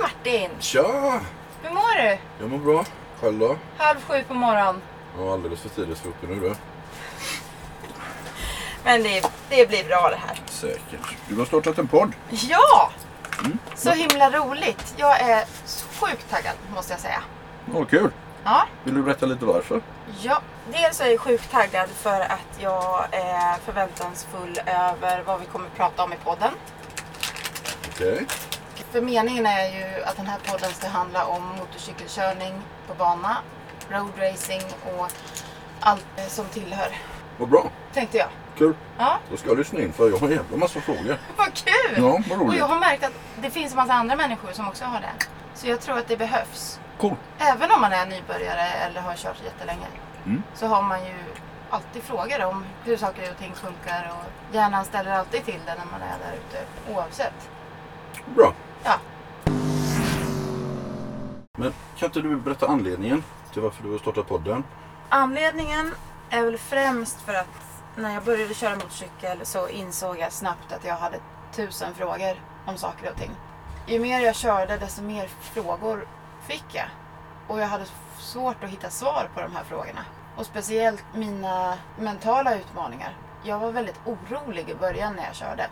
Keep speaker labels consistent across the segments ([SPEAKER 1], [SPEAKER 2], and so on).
[SPEAKER 1] Martin!
[SPEAKER 2] Tja!
[SPEAKER 1] Hur mår du?
[SPEAKER 2] Jag mår bra. Själv då?
[SPEAKER 1] Halv sju på morgonen.
[SPEAKER 2] Jag var alldeles för tidigt för uppe nu du.
[SPEAKER 1] Men det, det blir bra det här.
[SPEAKER 2] Säkert. Du har startat en podd.
[SPEAKER 1] Ja! Så himla roligt. Jag är så sjukt taggad måste jag säga.
[SPEAKER 2] Åh, kul!
[SPEAKER 1] Ja.
[SPEAKER 2] Vill du berätta lite varför?
[SPEAKER 1] ja. Dels är jag sjukt taggad för att jag är förväntansfull över vad vi kommer prata om i podden.
[SPEAKER 2] Okej.
[SPEAKER 1] För meningen är ju att den här podden ska handla om motorcykelkörning på bana, roadracing och allt eh, som tillhör.
[SPEAKER 2] Vad bra.
[SPEAKER 1] Tänkte jag.
[SPEAKER 2] Kul.
[SPEAKER 1] Ja,
[SPEAKER 2] Då ska jag lyssna in för jag har en jävla massa frågor.
[SPEAKER 1] vad kul!
[SPEAKER 2] Ja, vad
[SPEAKER 1] Och
[SPEAKER 2] roligt.
[SPEAKER 1] jag har märkt att det finns en massa andra människor som också har det. Så jag tror att det behövs.
[SPEAKER 2] Cool.
[SPEAKER 1] Även om man är nybörjare eller har kört jättelänge.
[SPEAKER 2] Mm.
[SPEAKER 1] Så har man ju alltid frågor om hur saker och ting funkar. Och hjärnan ställer alltid till det när man är där ute. Oavsett.
[SPEAKER 2] Bra.
[SPEAKER 1] Ja.
[SPEAKER 2] Men kan inte du berätta anledningen till varför du har startat podden?
[SPEAKER 1] Anledningen är väl främst för att när jag började köra motorcykel så insåg jag snabbt att jag hade tusen frågor om saker och ting. Ju mer jag körde desto mer frågor fick jag. Och jag hade svårt att hitta svar på de här frågorna. Och speciellt mina mentala utmaningar. Jag var väldigt orolig i början när jag körde.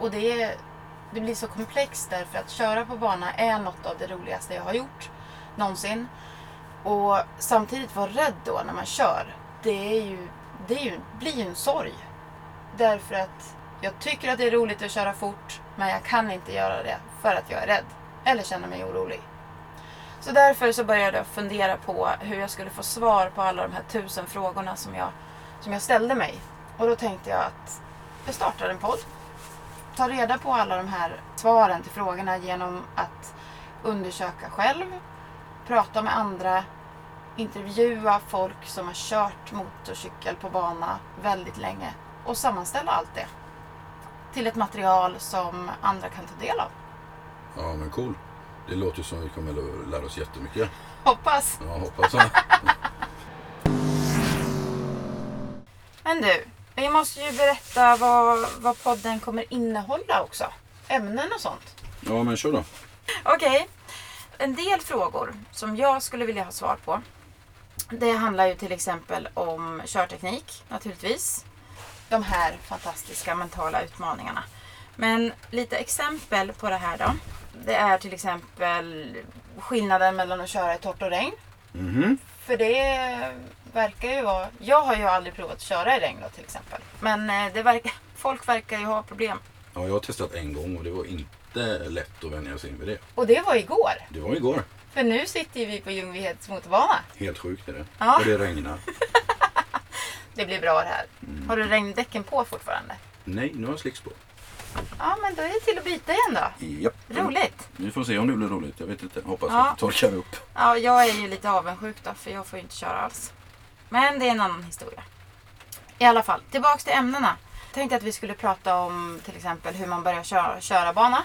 [SPEAKER 1] Och det, det blir så komplext därför att köra på bana är något av det roligaste jag har gjort någonsin. Och samtidigt vara rädd då när man kör, det, är ju, det är ju, blir ju en sorg. Därför att jag tycker att det är roligt att köra fort, men jag kan inte göra det för att jag är rädd. Eller känner mig orolig. Så därför så började jag fundera på hur jag skulle få svar på alla de här tusen frågorna som jag, som jag ställde mig. Och då tänkte jag att jag startar en podd. Ta reda på alla de här svaren till frågorna genom att undersöka själv, prata med andra, intervjua folk som har kört motorcykel på bana väldigt länge och sammanställa allt det till ett material som andra kan ta del av.
[SPEAKER 2] Ja, men cool. Det låter som vi kommer att lära oss jättemycket.
[SPEAKER 1] Hoppas!
[SPEAKER 2] Jag hoppas det.
[SPEAKER 1] Men du, vi måste ju berätta vad, vad podden kommer innehålla också. Ämnen och sånt.
[SPEAKER 2] Ja, men kör då.
[SPEAKER 1] Okej. En del frågor som jag skulle vilja ha svar på. Det handlar ju till exempel om körteknik naturligtvis. De här fantastiska mentala utmaningarna. Men lite exempel på det här då. Det är till exempel skillnaden mellan att köra i torrt och regn.
[SPEAKER 2] Mhm.
[SPEAKER 1] För det verkar ju vara... Jag har ju aldrig provat att köra i regn då, till exempel. Men eh, det verkar, folk verkar ju ha problem.
[SPEAKER 2] Ja, jag har testat en gång och det var inte lätt att vänja sig in vid det.
[SPEAKER 1] Och det var igår.
[SPEAKER 2] Det var igår.
[SPEAKER 1] För nu sitter ju vi på Ljungbyheds motorbana.
[SPEAKER 2] Helt sjukt är det.
[SPEAKER 1] Ja.
[SPEAKER 2] Och det regnar.
[SPEAKER 1] Det blir bra det här. Har du regndäcken på fortfarande?
[SPEAKER 2] Nej, nu har jag slicks på.
[SPEAKER 1] Ja, men då är det till att byta igen då.
[SPEAKER 2] Japp.
[SPEAKER 1] Roligt!
[SPEAKER 2] Vi får se om det blir roligt. Jag vet inte. Hoppas
[SPEAKER 1] Ja.
[SPEAKER 2] att det torkar upp.
[SPEAKER 1] Ja, jag är ju lite avundsjuk då, för jag får ju inte köra alls. Men det är en annan historia. I alla fall, tillbaks till ämnena. Tänkte att vi skulle prata om till exempel hur man börjar köra, köra bana.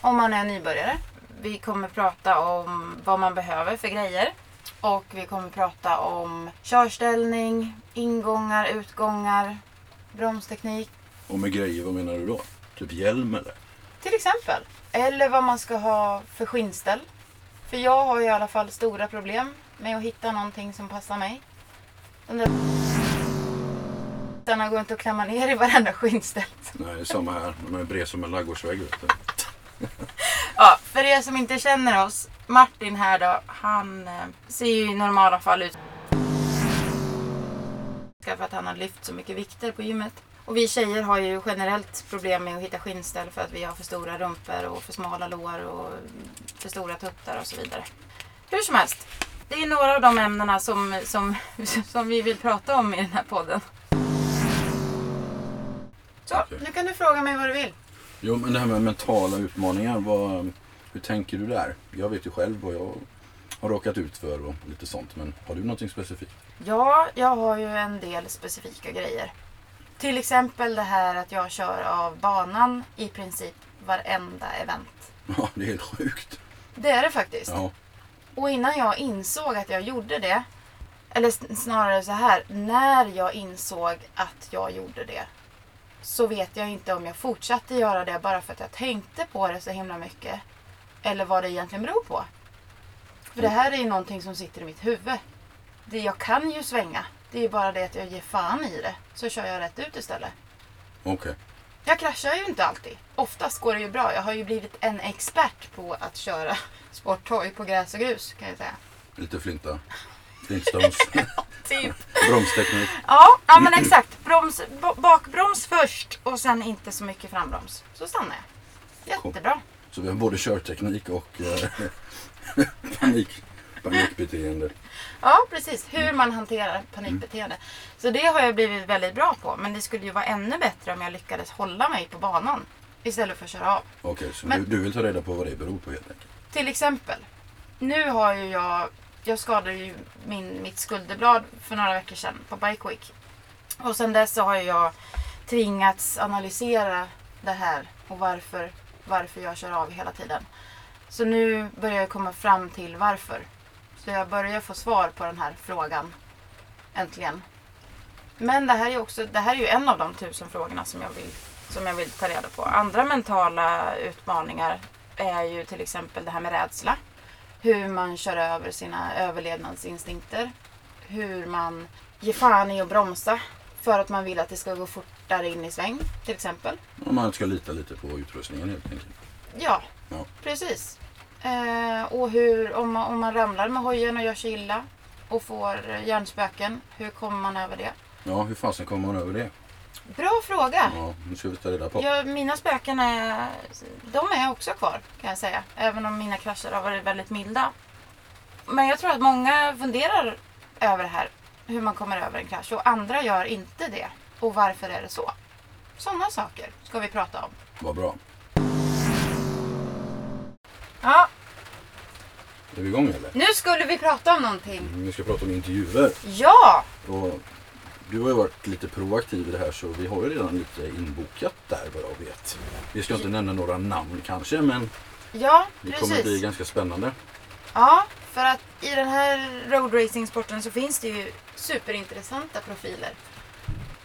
[SPEAKER 1] Om man är nybörjare. Vi kommer prata om vad man behöver för grejer. Och vi kommer prata om körställning, ingångar, utgångar, bromsteknik.
[SPEAKER 2] Och med grejer, vad menar du då? Typ hjälm eller?
[SPEAKER 1] Till exempel. Eller vad man ska ha för skinnställ. För jag har ju i alla fall stora problem med att hitta någonting som passar mig. Den där Såna går inte att klämma ner i varenda skinnställ.
[SPEAKER 2] Nej, det är samma här. De är bred som en ladugårdsvägg vet du.
[SPEAKER 1] Ja, för er som inte känner oss. Martin här då, han eh, ser ju i normala fall ut för att han har lyft så mycket vikter på gymmet. Och vi tjejer har ju generellt problem med att hitta skinnställ för att vi har för stora rumpor och för smala lår och för stora tuttar och så vidare. Hur som helst, det är några av de ämnena som, som, som vi vill prata om i den här podden. Så,
[SPEAKER 2] Okej.
[SPEAKER 1] nu kan du fråga mig vad du vill.
[SPEAKER 2] Jo, men det här med mentala utmaningar. Vad, hur tänker du där? Jag vet ju själv vad jag har råkat ut för och lite sånt. Men har du någonting specifikt?
[SPEAKER 1] Ja, jag har ju en del specifika grejer. Till exempel det här att jag kör av banan i princip varenda event.
[SPEAKER 2] Ja, det är helt sjukt.
[SPEAKER 1] Det är det faktiskt.
[SPEAKER 2] Ja.
[SPEAKER 1] Och innan jag insåg att jag gjorde det, eller s- snarare så här, när jag insåg att jag gjorde det så vet jag inte om jag fortsatte göra det bara för att jag tänkte på det så himla mycket. Eller vad det egentligen beror på. För det här är ju någonting som sitter i mitt huvud. Det jag kan ju svänga. Det är ju bara det att jag ger fan i det. Så kör jag rätt ut istället.
[SPEAKER 2] Okej.
[SPEAKER 1] Jag kraschar ju inte alltid. Oftast går det ju bra. Jag har ju blivit en expert på att köra sporthoj på gräs och grus kan jag säga.
[SPEAKER 2] Lite flinta. Flintstones.
[SPEAKER 1] Typ.
[SPEAKER 2] Bromsteknik.
[SPEAKER 1] Ja, ja men exakt. Broms, ba- bakbroms först och sen inte så mycket frambroms. Så stannar jag. Jättebra.
[SPEAKER 2] Så vi har både körteknik och eh, panik, panikbeteende.
[SPEAKER 1] Ja, precis. Hur man hanterar panikbeteende. Så det har jag blivit väldigt bra på. Men det skulle ju vara ännu bättre om jag lyckades hålla mig på banan istället för att köra av.
[SPEAKER 2] Okej, så
[SPEAKER 1] Men-
[SPEAKER 2] du, du vill ta reda på vad det beror på helt enkelt?
[SPEAKER 1] Till exempel. Nu har ju jag... Jag skadade ju min, mitt skulderblad för några veckor sedan på Bike Week. Och sedan dess så har ju jag tvingats analysera det här och varför, varför jag kör av hela tiden. Så nu börjar jag komma fram till varför. Så jag börjar få svar på den här frågan. Äntligen. Men det här är, också, det här är ju en av de tusen frågorna som jag, vill, som jag vill ta reda på. Andra mentala utmaningar är ju till exempel det här med rädsla. Hur man kör över sina överlevnadsinstinkter. Hur man ger fan i att bromsa för att man vill att det ska gå fortare in i sväng till exempel.
[SPEAKER 2] Om man ska lita lite på utrustningen helt enkelt.
[SPEAKER 1] Ja,
[SPEAKER 2] Ja.
[SPEAKER 1] precis. Eh, och hur, om man, om man ramlar med hojen och gör sig illa och får eh, hjärnspöken, hur kommer man över det?
[SPEAKER 2] Ja, hur fasen kommer man över det?
[SPEAKER 1] Bra fråga!
[SPEAKER 2] Ja, nu ska vi ta reda på.
[SPEAKER 1] Ah. Ja, mina spöken är, de är också kvar kan jag säga. Även om mina krascher har varit väldigt milda. Men jag tror att många funderar över det här. Hur man kommer över en krasch. Och andra gör inte det. Och varför är det så? Sådana saker ska vi prata om.
[SPEAKER 2] Vad bra.
[SPEAKER 1] Ja,
[SPEAKER 2] Är vi igång eller?
[SPEAKER 1] nu skulle vi prata om någonting.
[SPEAKER 2] Vi ska prata om intervjuer.
[SPEAKER 1] Ja!
[SPEAKER 2] Och du har ju varit lite proaktiv i det här så vi har ju redan lite inbokat där vad jag vet. Vi ska inte nämna några namn kanske men
[SPEAKER 1] Ja,
[SPEAKER 2] det kommer bli
[SPEAKER 1] precis.
[SPEAKER 2] ganska spännande.
[SPEAKER 1] Ja, för att i den här roadracing-sporten så finns det ju superintressanta profiler.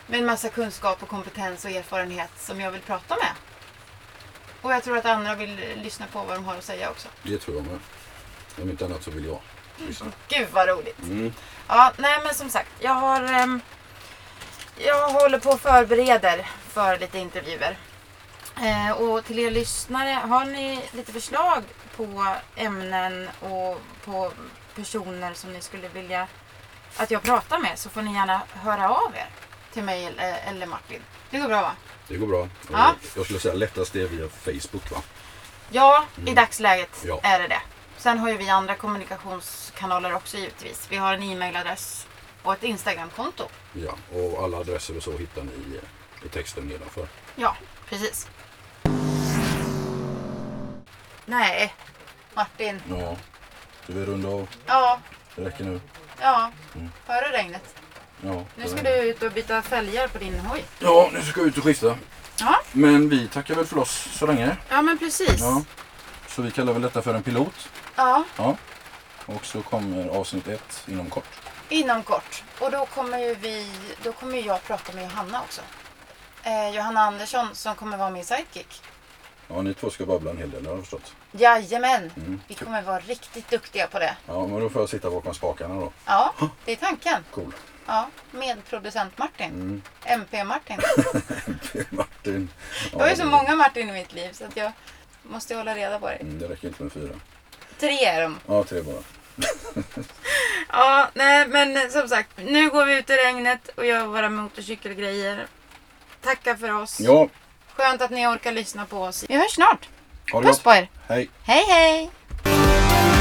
[SPEAKER 1] Med en massa kunskap och kompetens och erfarenhet som jag vill prata med. Och jag tror att andra vill eh, lyssna på vad de har att säga också.
[SPEAKER 2] Det tror jag med. Om inte annat så vill jag lyssna.
[SPEAKER 1] Gud vad roligt!
[SPEAKER 2] Mm.
[SPEAKER 1] Ja, nej men som sagt, jag har... ehm, jag håller på och förbereder för lite intervjuer. Eh, och till er lyssnare, har ni lite förslag på ämnen och på personer som ni skulle vilja att jag pratar med så får ni gärna höra av er till mig eller- eller Martin. Det går bra va?
[SPEAKER 2] Det går bra. Eh,
[SPEAKER 1] Ja.
[SPEAKER 2] Jag skulle säga lättast det är via Facebook va?
[SPEAKER 1] Ja, i dagsläget
[SPEAKER 2] Ja.
[SPEAKER 1] är det det. Sen har ju vi andra kommunikationskanaler också givetvis. Vi har en e-mailadress och ett Instagramkonto.
[SPEAKER 2] Ja, och alla adresser och så hittar ni i, i texten nedanför.
[SPEAKER 1] Ja, precis. Nej, Martin.
[SPEAKER 2] Ja, ska vi runda av?
[SPEAKER 1] Ja,
[SPEAKER 2] Det räcker nu.
[SPEAKER 1] ja.
[SPEAKER 2] Mm.
[SPEAKER 1] Hör du regnet?
[SPEAKER 2] Ja,
[SPEAKER 1] Nu ska du ut och byta fälgar på din hoj.
[SPEAKER 2] ja, nu ska jag ut och skifta.
[SPEAKER 1] Ja,
[SPEAKER 2] Men vi tackar väl för oss så länge.
[SPEAKER 1] ja men precis.
[SPEAKER 2] Ja. Så vi kallar väl detta för en pilot.
[SPEAKER 1] Ja,
[SPEAKER 2] Ja. Och så kommer avsnitt ett inom kort.
[SPEAKER 1] inom kort. Och då kommer ju vi, då kommer ju jag prata med Johanna också. Eh, Johanna Andersson som kommer vara min sidekick.
[SPEAKER 2] Ja, ni två ska babbla en hel del, det har jag förstått.
[SPEAKER 1] Jajamän!
[SPEAKER 2] Mm.
[SPEAKER 1] Vi kommer vara riktigt duktiga på det.
[SPEAKER 2] Ja, men då får jag sitta bakom spakarna då.
[SPEAKER 1] Ja, det är tanken.
[SPEAKER 2] Cool.
[SPEAKER 1] Ja, med producent Martin.
[SPEAKER 2] Mm.
[SPEAKER 1] MP Martin.
[SPEAKER 2] Martin. Ja,
[SPEAKER 1] Jag har ju så många Martin i mitt liv så att jag måste hålla reda på det.
[SPEAKER 2] Mm, det räcker inte med fyra.
[SPEAKER 1] Tre är de.
[SPEAKER 2] Ja, tre bara.
[SPEAKER 1] Ja, nej men som sagt. Nu går vi ut i regnet och gör våra motorcykelgrejer. Tackar för oss.
[SPEAKER 2] Ja,
[SPEAKER 1] Skönt att ni orkar lyssna på oss. Vi hörs snart.
[SPEAKER 2] ha det
[SPEAKER 1] Puss
[SPEAKER 2] gott.
[SPEAKER 1] på er.
[SPEAKER 2] Hej.
[SPEAKER 1] Hej hej!